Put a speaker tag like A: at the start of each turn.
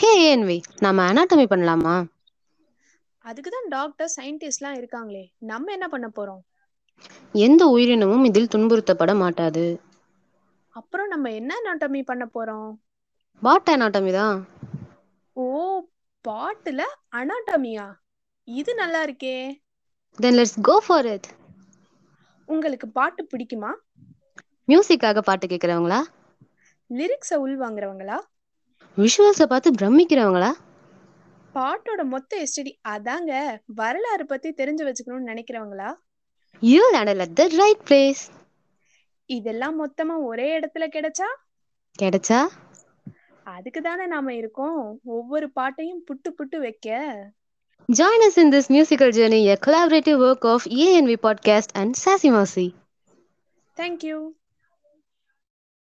A: ஹே ஏன்வி நாம அனாட்டமி பண்ணலாமா
B: அதுக்கு தான் டாக்டர் சயின்டிஸ்ட்லாம் இருக்காங்களே நம்ம என்ன பண்ண போறோம்
A: எந்த உயிரினமும் இதில் துன்புறுத்தப்பட மாட்டாது
B: அப்புறம் நம்ம என்ன அனாட்டமி பண்ண போறோம்
A: பாட் அனாட்டமி தான்
B: ஓ பாட்டுல அனாட்டமியா இது நல்லா இருக்கே
A: then let's go for it
B: உங்களுக்கு பாட்டு பிடிக்குமா
A: மியூசிக்காக பாட்டு கேட்குறவங்களா
B: லிரிக்ஸை உள்வாங்குறவங்களா
A: விஷுவல்ஸை பார்த்து பிரமிக்கிறவங்களா
B: பாட்டோட மொத்த எஸ்டிடி அதாங்க வரலாறு பத்தி தெரிஞ்சு வச்சுக்கணும்னு நினைக்கிறவங்களா
A: you landed at the right place
B: இதெல்லாம் மொத்தமா ஒரே இடத்துல கிடைச்சா
A: கிடைச்சா
B: அதுக்கு தானே நாம இருக்கோம் ஒவ்வொரு பாட்டையும் புட்டு புட்டு வைக்க
A: Join us in this musical journey, a collaborative work of ENV Podcast and Sassy Mousy.
B: Thank you